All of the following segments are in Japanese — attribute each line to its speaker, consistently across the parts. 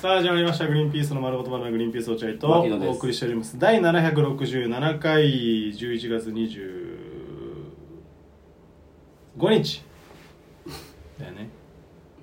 Speaker 1: さあ始まりました「グリーンピースの丸ごとバナナグリーンピースお茶い」と
Speaker 2: 牧野です
Speaker 1: お送りしております第767回11月25日だよね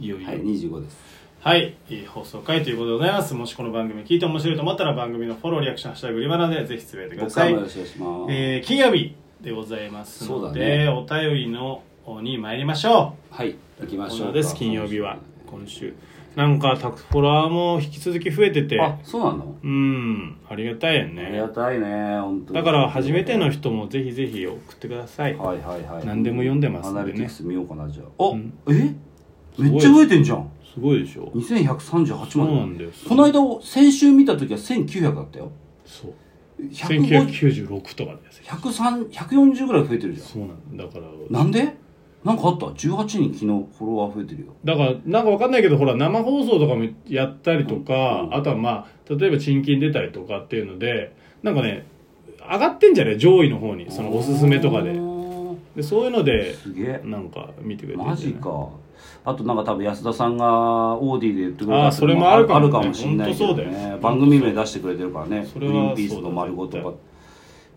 Speaker 1: いよいよ
Speaker 2: はい、25です。
Speaker 1: はい、いい放送回ということでございますもしこの番組聞いて面白いと思ったら番組のフォローリアクション「ハッシュタググリバナ」でぜひつぶやいてくだ
Speaker 2: 僕
Speaker 1: さ
Speaker 2: から
Speaker 1: い
Speaker 2: もよろしくお願いします。
Speaker 1: えー金曜日でございますので、
Speaker 2: そ
Speaker 1: お便りの方に参りましょう
Speaker 2: はい、行きましょう
Speaker 1: コーナ
Speaker 2: か。
Speaker 1: ーです金曜日は今週なんかタクフォラーも引き続き増えてて
Speaker 2: あ、そうなの、
Speaker 1: うんありがたいよ
Speaker 2: ありが
Speaker 1: ね
Speaker 2: たいね、本当に
Speaker 1: だから初めての人もぜひぜひ送ってください
Speaker 2: はいはいはい。
Speaker 1: 何でも読んでますんでね
Speaker 2: アナリティクス見ようかな、じゃあ。あ、
Speaker 1: うん
Speaker 2: え
Speaker 1: すごい
Speaker 2: めっちゃ増えてんじゃん。
Speaker 1: すごいでしょ
Speaker 2: 2138
Speaker 1: そ
Speaker 2: ま
Speaker 1: う
Speaker 2: で。
Speaker 1: なんだよ
Speaker 2: この間を、先週見た時は1900だったよ。
Speaker 1: そう
Speaker 2: 150
Speaker 1: 1996とかですよ
Speaker 2: 103 140ぐらい増えてるじゃん。
Speaker 1: そうなんだだから
Speaker 2: なんでなんかあった18人昨日フォロワー増えてるよ。
Speaker 1: だからなんかわかんないけどほら生放送とかもやったりとか、
Speaker 2: うん
Speaker 1: あとはまあ例えば賃金出たりとかっていうのでなんかね上がってんじゃない上位の方にそのおすすめとか
Speaker 2: あ
Speaker 1: で
Speaker 2: ー
Speaker 1: でそういうのです
Speaker 2: げえ。
Speaker 1: なんか見てくれてる
Speaker 2: マ
Speaker 1: んじゃ
Speaker 2: ジ
Speaker 1: ない
Speaker 2: かあとなんか多分安田さんがオーディで言ってくれた
Speaker 1: あーそれもあるかもね
Speaker 2: あるかもしれないけど、
Speaker 1: 本当そうだよ
Speaker 2: ね、番組名出してくれてるからね「
Speaker 1: そ
Speaker 2: グ
Speaker 1: れ
Speaker 2: リ
Speaker 1: は
Speaker 2: ーンピースの丸ごと
Speaker 1: そう
Speaker 2: か」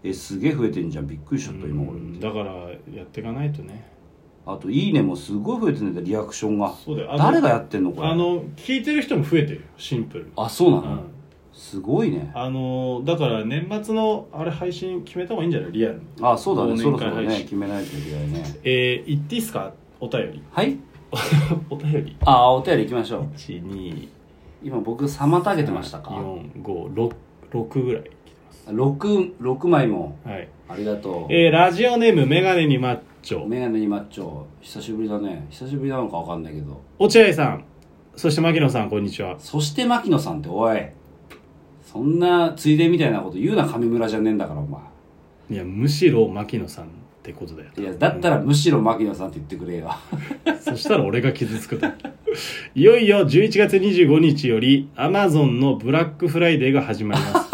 Speaker 2: えすげえ増えてんじゃんびっくりしちゃった今
Speaker 1: う
Speaker 2: 俺
Speaker 1: んだからやっていかないとね
Speaker 2: あと「いいね」もすごい増えてんだよリアクションが
Speaker 1: そうだよあの
Speaker 2: 誰がやってんのこれ
Speaker 1: あの聞いてる人も増えてるよシンプルに
Speaker 2: あそうな
Speaker 1: う
Speaker 2: の、
Speaker 1: ん
Speaker 2: すごいね
Speaker 1: あのだから年末のあれ配信決めた方がいいんじゃないリアルに
Speaker 2: あそうだ
Speaker 1: 忘
Speaker 2: ね
Speaker 1: 年
Speaker 2: そろそ
Speaker 1: 会
Speaker 2: ろ
Speaker 1: 配
Speaker 2: ね
Speaker 1: 信
Speaker 2: 決めないといけないね
Speaker 1: えー、言っていいっすかお便り
Speaker 2: はい
Speaker 1: お便り
Speaker 2: ああお便り行きましょう
Speaker 1: 12
Speaker 2: 今僕妨げてましたか
Speaker 1: 4566ぐらい来てます
Speaker 2: 6, 6枚も
Speaker 1: はい
Speaker 2: ありがとう
Speaker 1: えー、ラジオネームメガネにマッチョ
Speaker 2: メガネにマッチョ久しぶりだね久しぶりなのか分かんないけど
Speaker 1: 落合さんそして牧野さんこんにちは
Speaker 2: そして牧野さんっておいそんなついでみたいなこと言うな上村じゃねえんだからお前
Speaker 1: いやむしろ牧野さんってことだよ
Speaker 2: いやだったらむしろ牧野さんって言ってくれよ
Speaker 1: そしたら俺が傷つくといよいよ11月25日より Amazon のブラックフライデーが始まります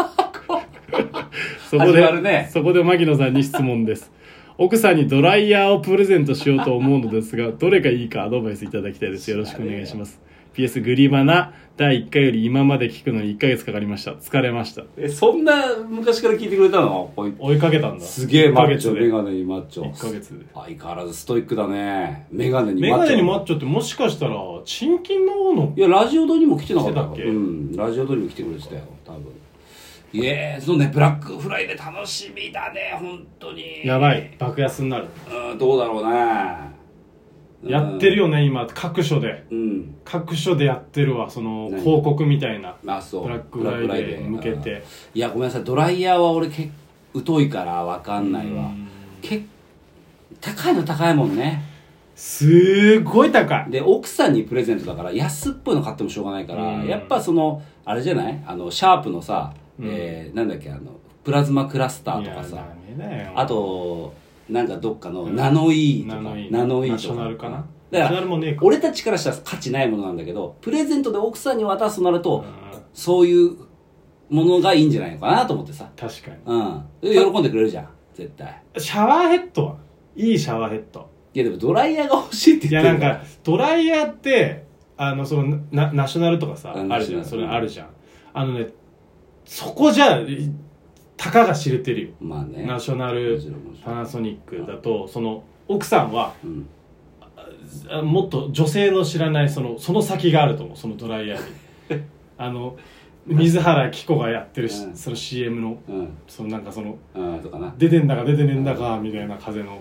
Speaker 1: そこ
Speaker 2: 始
Speaker 1: で、
Speaker 2: まるね
Speaker 1: そこで牧野さんに質問です奥さんにドライヤーをプレゼントしようと思うのですがどれがいいかアドバイスいただきたいですよろしくお願いします PS グリバナ第1回より今まで聞くのに1ヶ月かかりました疲れました
Speaker 2: えそんな昔から聞いてくれたのこい
Speaker 1: 追いかけたんだ
Speaker 2: すげえ
Speaker 1: 1
Speaker 2: マ
Speaker 1: ヶ
Speaker 2: ッ
Speaker 1: 月
Speaker 2: チョメ
Speaker 1: で
Speaker 2: ガネにマッチ
Speaker 1: 1ヶ
Speaker 2: ョ
Speaker 1: 月で
Speaker 2: 相変わらずストイックだねメガネに
Speaker 1: メ
Speaker 2: マッ
Speaker 1: ガ
Speaker 2: チ
Speaker 1: ネ
Speaker 2: ョ
Speaker 1: にマッチョってもしかしたら賃金の方の
Speaker 2: いやラジオ堂にも来てなかった
Speaker 1: 来てたっけ
Speaker 2: うんラジオ堂にも来てくれてたよ多分いえそうねブラックフライデー楽しみだね本当に
Speaker 1: やばい爆安になる
Speaker 2: うんどうだろうね
Speaker 1: やってるよね今各所で
Speaker 2: うん
Speaker 1: 各所でやってるわその
Speaker 2: 何
Speaker 1: 広告みたいな
Speaker 2: あそう
Speaker 1: ブラックフライデーに向け
Speaker 2: ブラックフライデー
Speaker 1: て
Speaker 2: いやごめんなさいドライヤーは俺け疎いからわかんないわけ高いの高いもんね
Speaker 1: すーごい高い
Speaker 2: で奥さんにプレゼントだから安っぽいの買ってもしょうがないから、
Speaker 1: うん
Speaker 2: やっぱそのあれじゃないあのシャープのさ、
Speaker 1: うん
Speaker 2: えーなんだっけあのプラズマクラスター
Speaker 1: い
Speaker 2: と
Speaker 1: や
Speaker 2: かさ
Speaker 1: ダメだよ
Speaker 2: あとなんかどっかの
Speaker 1: うん
Speaker 2: ナノイーと
Speaker 1: ナ
Speaker 2: か、
Speaker 1: ノイ
Speaker 2: ナノイー
Speaker 1: ナ
Speaker 2: と
Speaker 1: ショナルかな
Speaker 2: だ
Speaker 1: ナ
Speaker 2: か
Speaker 1: ショ
Speaker 2: ら
Speaker 1: ナルもねえか
Speaker 2: 俺たちからしたら価値ないものなんだけどプレゼントで奥さんに渡すとなると、
Speaker 1: うん
Speaker 2: そういうものがいいんじゃないのかなと思ってさ
Speaker 1: 確かに
Speaker 2: うんで喜んでくれるじゃん絶対
Speaker 1: シャワーヘッドはいいシャワーヘッド
Speaker 2: いやでもドライヤーが欲しいって
Speaker 1: い
Speaker 2: 言
Speaker 1: や
Speaker 2: って
Speaker 1: な
Speaker 2: る
Speaker 1: んかドライヤーってあのそのなナショナルとかさ
Speaker 2: うん
Speaker 1: あるじゃん
Speaker 2: ナシ
Speaker 1: そ
Speaker 2: ョナル
Speaker 1: れあるじゃんあのねそこじゃいたかが知れてるよ
Speaker 2: まあね
Speaker 1: ナショナ
Speaker 2: も
Speaker 1: ル
Speaker 2: ちろんもちろ
Speaker 1: パ
Speaker 2: ん
Speaker 1: ナソニックだとその奥さんは
Speaker 2: うん
Speaker 1: あもっと女性の知らないそのその先があると思うそのドライヤーに あの水原希子がやってるし、
Speaker 2: うん
Speaker 1: その CM の
Speaker 2: うん
Speaker 1: そのなんかその
Speaker 2: うんとかな
Speaker 1: 出てんだか出てねえんだかみたいな風の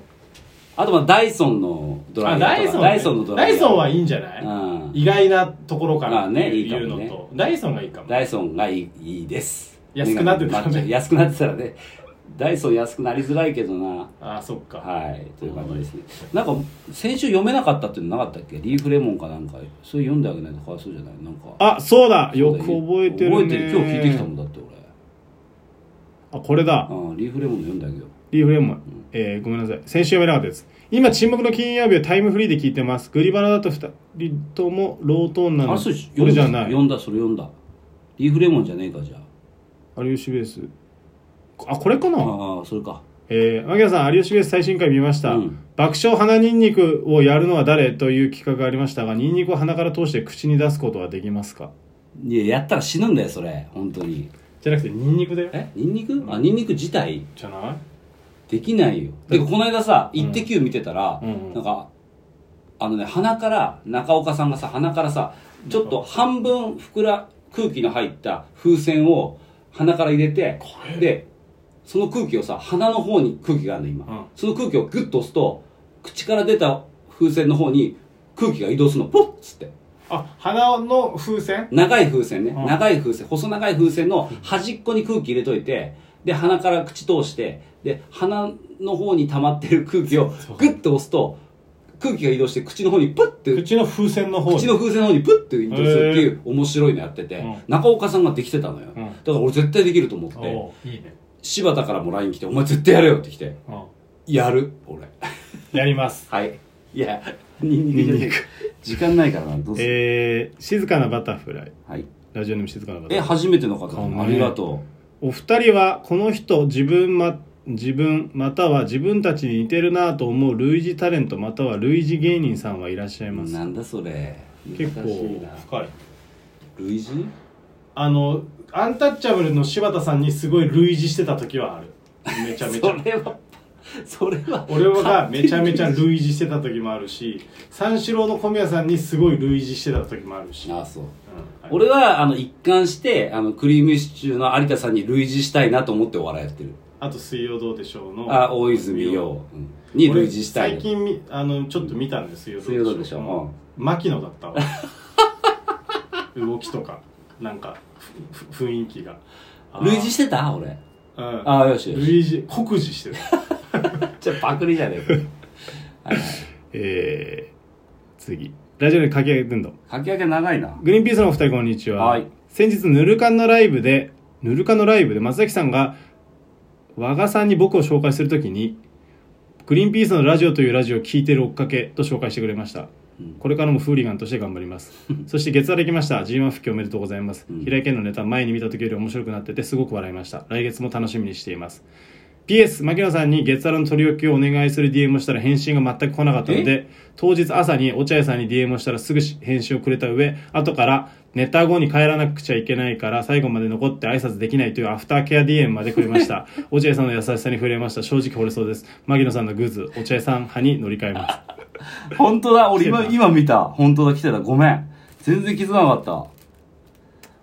Speaker 2: あとまあダイソンのドライヤーとか
Speaker 1: ね
Speaker 2: ダイソンのドライヤー
Speaker 1: ダイソンはいいんじゃない、
Speaker 2: うん
Speaker 1: 意外なところから
Speaker 2: まあ
Speaker 1: って
Speaker 2: ねい
Speaker 1: い
Speaker 2: いか
Speaker 1: うの
Speaker 2: も
Speaker 1: と、
Speaker 2: ね
Speaker 1: ダイソンがいいかも
Speaker 2: ダイソンがいいいいです
Speaker 1: 安くなってたらね
Speaker 2: たらね安くなってたらねダイソン安くなりづらいけどな
Speaker 1: ああそっか、
Speaker 2: はいという感じですねなんか先週読めなかったっていうのなかったっけリーフレモンかなんかそれ読んであげないとかわいそうじゃないなんか
Speaker 1: あそうだ
Speaker 2: そ
Speaker 1: よ
Speaker 2: う
Speaker 1: く
Speaker 2: だ
Speaker 1: 覚えてるね
Speaker 2: 覚えてる今日聞いてきたもんだって
Speaker 1: あこれだ
Speaker 2: 俺うんリーフレモン読んであげよう
Speaker 1: リーフレモン、えーごめんなさい先週読めなかったです今沈黙の金曜日をタイムフリーで聞いてますグリバナだと2人ともロートーンなの
Speaker 2: あ、そう
Speaker 1: こ
Speaker 2: 読
Speaker 1: れじ
Speaker 2: んだ、
Speaker 1: ゃない
Speaker 2: 読んだ、それ読んだ。リーフレモンじゃねえか、じゃ
Speaker 1: 有吉ベースあこれかな
Speaker 2: あ。ああ、それか。
Speaker 1: えー、牧野さん有吉ベース最新回見ました、
Speaker 2: うん
Speaker 1: 爆笑鼻ニンニクをやるのは誰という企画がありましたがニンニクを鼻から通して口に出すことはできますか
Speaker 2: いややったら死ぬんだよそれ本当に
Speaker 1: じゃなくてニンニクだよ
Speaker 2: えニンニクあニンニク自体
Speaker 1: じゃない
Speaker 2: できないよでこの間さ「イッテ Q!」見てたら、
Speaker 1: うん
Speaker 2: なんかあのね鼻から中岡さんがさ鼻からさちょっと半分膨ら空気の入った風船を鼻から入れてでその空気をさ鼻の方に空気があるの今、
Speaker 1: うん
Speaker 2: その空気をグッと押すと口から出た風船の方に空気が移動するのポッつって
Speaker 1: あ鼻の風船
Speaker 2: 長い風船ね、
Speaker 1: うん
Speaker 2: 長い風船細長い風船の端っこに空気入れといてで鼻から口通してで鼻の方に溜まってる空気を
Speaker 1: そう
Speaker 2: グッと押すと空気が移動して口の方にプッて
Speaker 1: 口の風船の方に
Speaker 2: 口の風船の方にプッて移動するっていう面白いのやってて、
Speaker 1: うん
Speaker 2: 中岡さんができてたのよ、
Speaker 1: うん
Speaker 2: だから俺絶対できると思って
Speaker 1: おういいね
Speaker 2: 柴田からも LINE 来て「お前絶対やれよ」って来て
Speaker 1: うん
Speaker 2: 「やる俺」
Speaker 1: やります
Speaker 2: はいいやニンニクじゃねえ時間ないからなどうする、
Speaker 1: えー、静かなバタフライ
Speaker 2: はい、
Speaker 1: ラジオネーム静かなバタフ
Speaker 2: え
Speaker 1: ライ
Speaker 2: 初めての方
Speaker 1: あね
Speaker 2: ありがとう
Speaker 1: お二人はこの人自分ま自分または自分たちに似てるなぁと思う類似タレントまたは類似芸人さんはいらっしゃいます
Speaker 2: なんだそれ
Speaker 1: 結構
Speaker 2: 難しいな
Speaker 1: 深い
Speaker 2: 類似
Speaker 1: あのアンタッチャブルの柴田さんにすごい類似してた時はあるめちゃめち
Speaker 2: そ
Speaker 1: ゃ
Speaker 2: れはそれは
Speaker 1: 俺がめちゃめちゃ類似してた時もあるし三四郎の小宮さんにすごい類似してた時もあるし、うん
Speaker 2: ああそう
Speaker 1: はい
Speaker 2: 俺はあの一貫してあのクリームシチューの有田さんに類似したいなと思ってお笑いやってる
Speaker 1: あと「水曜どうでしょう」の
Speaker 2: あ大泉洋うんに類似した
Speaker 1: 俺最
Speaker 2: い
Speaker 1: 近みあのちょっと見たんですよ
Speaker 2: 水曜どうでしょううん
Speaker 1: 牧野だったわ 動きとかなんかふふ雰囲気があー
Speaker 2: 類似してた俺
Speaker 1: うん
Speaker 2: ああよしよし
Speaker 1: 類似酷似してる
Speaker 2: じゃあパクリじゃねえかはいはい
Speaker 1: えー、次ラジオでかき上げてんの
Speaker 2: かき揚げ長いな
Speaker 1: グリーンピースのお二人こんにちは、
Speaker 2: はい
Speaker 1: 先日ヌルカンのライブでヌルカンのライブで松崎さんが和賀さんに僕を紹介するときにグリーンピースのラジオというラジオを聞いてる追っかけと紹介してくれました
Speaker 2: うん
Speaker 1: これからもフーリガンとして頑張ります そして月曜できました G1 復帰おめでとうございます、
Speaker 2: うん
Speaker 1: 平井堅のネタ前に見た時より面白くなっててすごく笑いました来月も楽しみにしています PS 牧野さんに月曜の取り置きをお願いする DM をしたら返信が全く来なかったので当日朝に落合さんに DM をしたらすぐ返信をくれた上後からネタ後に帰らなくちゃいけないから最後まで残って挨拶できないというアフターケア DM までくれました 落合さんの優しさに触れました正直惚れそうです牧野さんのグーズ落合さん派に乗り換えます
Speaker 2: 本当だ俺今
Speaker 1: 来てた
Speaker 2: 今見た本当だ来てたごめん全然気づかなかっ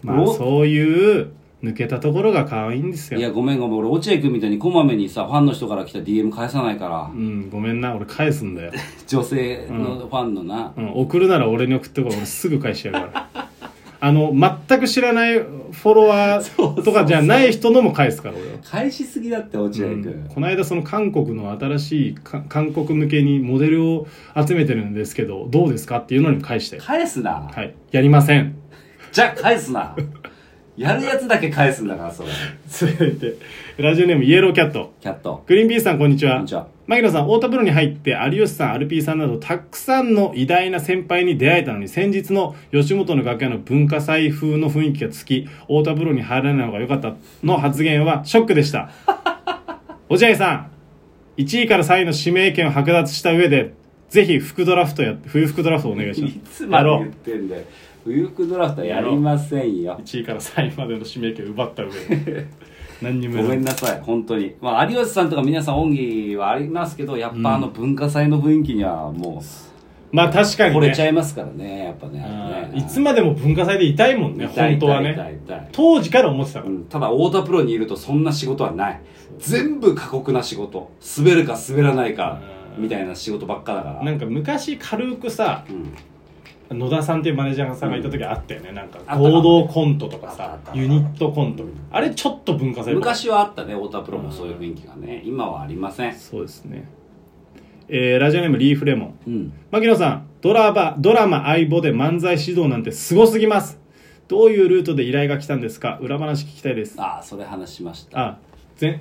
Speaker 1: まあ
Speaker 2: お
Speaker 1: そういう抜けたところが可愛いんです
Speaker 2: た
Speaker 1: よ
Speaker 2: いやごめんごめん俺落合君みたいにこまめにさファンの人から来た DM 返さないから
Speaker 1: うんごめんな俺返すんだよ、
Speaker 2: 女性のファンのな、
Speaker 1: うん、送るなら俺に送ってこい俺すぐ返してやるから あの全く知らないフォロワ
Speaker 2: そ
Speaker 1: ー
Speaker 2: うそう
Speaker 1: とかじゃない人のも返すから俺は
Speaker 2: 返しすぎだって落合君、
Speaker 1: うんこの間その韓国の新しいか韓国向けにモデルを集めてるんですけどどうですかっていうのにも返して
Speaker 2: 返すな、
Speaker 1: はいやりません
Speaker 2: じゃあ返すなやるやつだけ返すんだから それ
Speaker 1: 続いてラジオネームイエローキャット
Speaker 2: キャット
Speaker 1: グリーンピースさんこんにち
Speaker 2: こ
Speaker 1: は
Speaker 2: んにちは
Speaker 1: 牧野さん、太田プロに入って、有吉さん、アルピーさんなど、たくさんの偉大な先輩に出会えたのに、先日の吉本の楽屋の文化祭風の雰囲気がつき、太田プロに入らない方が良かったの発言はショックでした。 落合さん、1位から3位の指名権を剥奪した上で、ぜひ副ドラフトや、冬副ドラフトお願いしま
Speaker 2: い
Speaker 1: す。
Speaker 2: つま
Speaker 1: や
Speaker 2: で
Speaker 1: ろ
Speaker 2: 言っ
Speaker 1: う。
Speaker 2: てんだよ冬服ドラフトやりませんよ
Speaker 1: 1位から3位までの指名権を奪った上 で。何に
Speaker 2: ご
Speaker 1: もやら
Speaker 2: め
Speaker 1: ない
Speaker 2: んなさい本当にまあ有吉さんとか皆さん恩義はありますけどやっぱあの文化祭の雰囲気にはも
Speaker 1: まあ確か
Speaker 2: う
Speaker 1: に
Speaker 2: 惚れちゃ
Speaker 1: ね。
Speaker 2: いますからねやっぱねあ
Speaker 1: う
Speaker 2: と
Speaker 1: ん
Speaker 2: ね
Speaker 1: いつまでも文化祭でいたいもんね、
Speaker 2: 痛い
Speaker 1: 本当は
Speaker 2: 痛い
Speaker 1: ね。
Speaker 2: 痛い痛い
Speaker 1: 当時から思ってたから
Speaker 2: う。んただ太田プロにいるとそんな仕事はない全部過酷な仕事滑るか滑らないか
Speaker 1: うん
Speaker 2: みたいな仕事ばっかだから
Speaker 1: なんか昔軽くさ
Speaker 2: うん
Speaker 1: 野田さんっていうマネージャーさんがいた時あったよね、なんか
Speaker 2: あった
Speaker 1: 合同コントとか
Speaker 2: あ
Speaker 1: さ
Speaker 2: ったあった
Speaker 1: ユニットコントみたいなあれちょっと文化祭っぽい
Speaker 2: 昔はあったね太田プロもそういう雰囲気がね今はありません
Speaker 1: そうですねえーラジオネームリーフレモン
Speaker 2: うん
Speaker 1: 牧野さんドラマドラマ相棒で漫才指導なんてすごすぎますどういうルートで依頼が来たんですか裏話聞きたいですあ
Speaker 2: ああそれ話しました
Speaker 1: あ前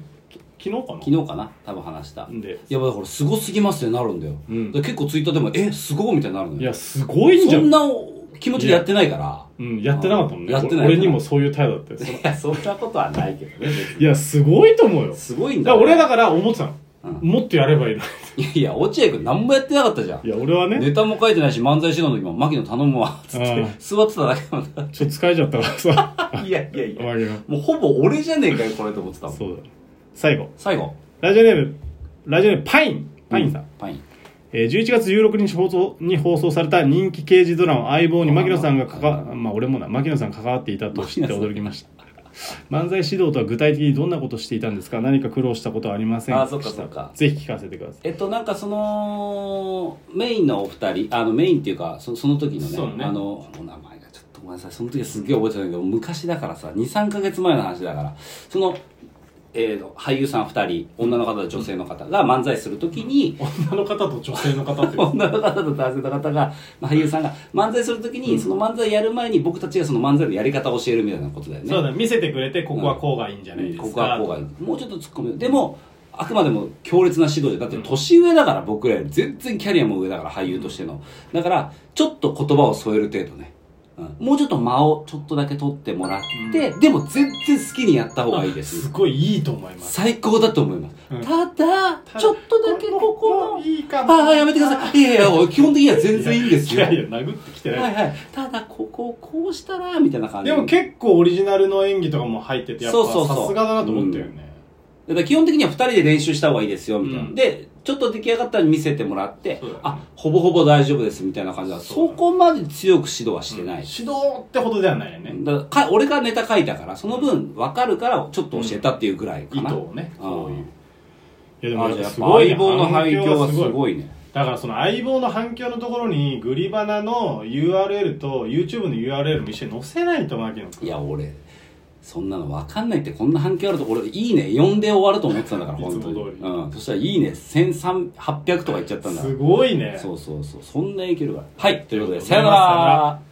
Speaker 1: き昨日かな
Speaker 2: 昨日かな多分話したい
Speaker 1: で
Speaker 2: やだからすごすぎますってなるんだよ、
Speaker 1: うん
Speaker 2: で結構ツイッターでも「えすごい」みたいになるの
Speaker 1: い
Speaker 2: よ
Speaker 1: やすごいんじ
Speaker 2: そ
Speaker 1: ゃん
Speaker 2: んなお気持ちでやってないから
Speaker 1: うん、やってなかったもんね
Speaker 2: やってない
Speaker 1: 俺俺にもそういう態度だった よその
Speaker 2: いやそんなことはないけどね別に
Speaker 1: いやすごいと思うよ
Speaker 2: すごいん
Speaker 1: だ
Speaker 2: だ
Speaker 1: から俺はだ
Speaker 2: か
Speaker 1: から思ってたの
Speaker 2: うん
Speaker 3: もっとやればいいのに
Speaker 2: いやいや、落合君何もやってなかったじゃん
Speaker 1: い。や俺はね
Speaker 2: ネタも書いてないし、漫才指導の時も、牧野頼むわ、つっ
Speaker 1: う
Speaker 2: て
Speaker 1: ん、
Speaker 2: 座ってただけなんだ
Speaker 1: ちょっと疲れちゃったから さ
Speaker 2: いやいやい
Speaker 1: お
Speaker 2: や。
Speaker 1: まけが
Speaker 2: もうほぼ俺じゃねえかよ、これと思ってたもん。
Speaker 1: そうだ最後
Speaker 2: 最後。
Speaker 1: ラジオネームラジオネームパインパインさん、
Speaker 2: う。パイン。
Speaker 1: えー11月16日放送に放送された人気刑事ドラマ「相棒」に牧野さんがかか
Speaker 2: う
Speaker 1: まあ俺もな牧野さんが関わっていたと知って驚きました漫才指導とは具体的にどんなことをしていたんですか何か苦労したことはありません
Speaker 2: あーそっかそっか
Speaker 1: ぜひ聞かせてください
Speaker 2: えっと、なんかその、メインのお二人、あの、メインっていうか、そその時
Speaker 3: そ
Speaker 2: の
Speaker 3: う
Speaker 2: ね、
Speaker 3: ね
Speaker 2: あの、お名前がちょっとごめんなさい、その時はすっげえ覚えてたんだけど、昔だからさ、2、3ヶ月前の話だから、その、えー、俳優さん二人、女の方と女性の方が漫才するときに、
Speaker 3: 女の方と女性の 方っていう
Speaker 2: 女の方と男性の方が、まあ俳優さんが漫才するときに、その漫才やる前に僕たちがその漫才のやり方を教えるみたいなことだよね。
Speaker 3: そうだ見せてくれてここはこうがいいんじゃないですか、
Speaker 2: ここはこうがいいもうちょっと突っ込むでもあくまでも強烈な指導でだって年上だから僕らより全然キャリアも上だから俳優としてのだからちょっと言葉を添える程度ね、うんもうちょっと間をちょっとだけ取ってもらって、でも全然好きにやった方がいいですす
Speaker 3: ごいいいと思います
Speaker 2: 最高だと思います、
Speaker 3: うん
Speaker 2: ただちょっとだけここの
Speaker 3: いいか
Speaker 2: ああやめてくださいいやいやおい基本的には全然いいんです
Speaker 3: い
Speaker 2: よ
Speaker 3: やいや殴ってきてな
Speaker 2: はいいはいただここをこうしたらみたいな感じ
Speaker 3: でも結構オリジナルの演技とかも入っててやっぱ
Speaker 2: そうそうそう
Speaker 3: さすがだなと思ったよね、
Speaker 2: だから基本的には2人で練習した方がいいですよみたいな、
Speaker 3: うん
Speaker 2: でちょっと出来上がったら見せてもらって、
Speaker 3: そうだね
Speaker 2: あほぼほぼ大丈夫ですみたいな感じだ
Speaker 3: そう
Speaker 2: そ
Speaker 3: だね
Speaker 2: こまで強く指導はしてない、
Speaker 3: 指導ってほどではないよね、
Speaker 2: だからか俺がネタ書いたからその分分かるからちょっと教えたっていうぐらいか
Speaker 3: 意
Speaker 2: な、
Speaker 3: 図をね
Speaker 2: うん
Speaker 3: そういう
Speaker 1: いやで
Speaker 2: あ
Speaker 1: もや
Speaker 2: じゃあや
Speaker 1: っ
Speaker 2: っ
Speaker 1: ぱ
Speaker 2: ぱ
Speaker 1: すごいね
Speaker 2: 相棒の反響
Speaker 3: 反
Speaker 2: はす
Speaker 3: 響はす
Speaker 2: ごいね
Speaker 3: だからその相棒の反響のところにグリバナの URL と YouTube の URL も一緒に載せないとマキノ
Speaker 2: いや俺そんなの分かんないってこんな反響あるところ「いいね」呼んで終わると思ってたんだから
Speaker 3: いつ
Speaker 2: 本
Speaker 3: も
Speaker 2: 当
Speaker 3: 通り
Speaker 2: に、うん、そしたら「いいね」1800とかいっちゃったんだ
Speaker 3: すごいね
Speaker 2: そうそうそうそんな影響力があるはいということでさ
Speaker 3: さ
Speaker 2: よ
Speaker 3: よ
Speaker 2: な
Speaker 3: な
Speaker 2: ら
Speaker 3: ら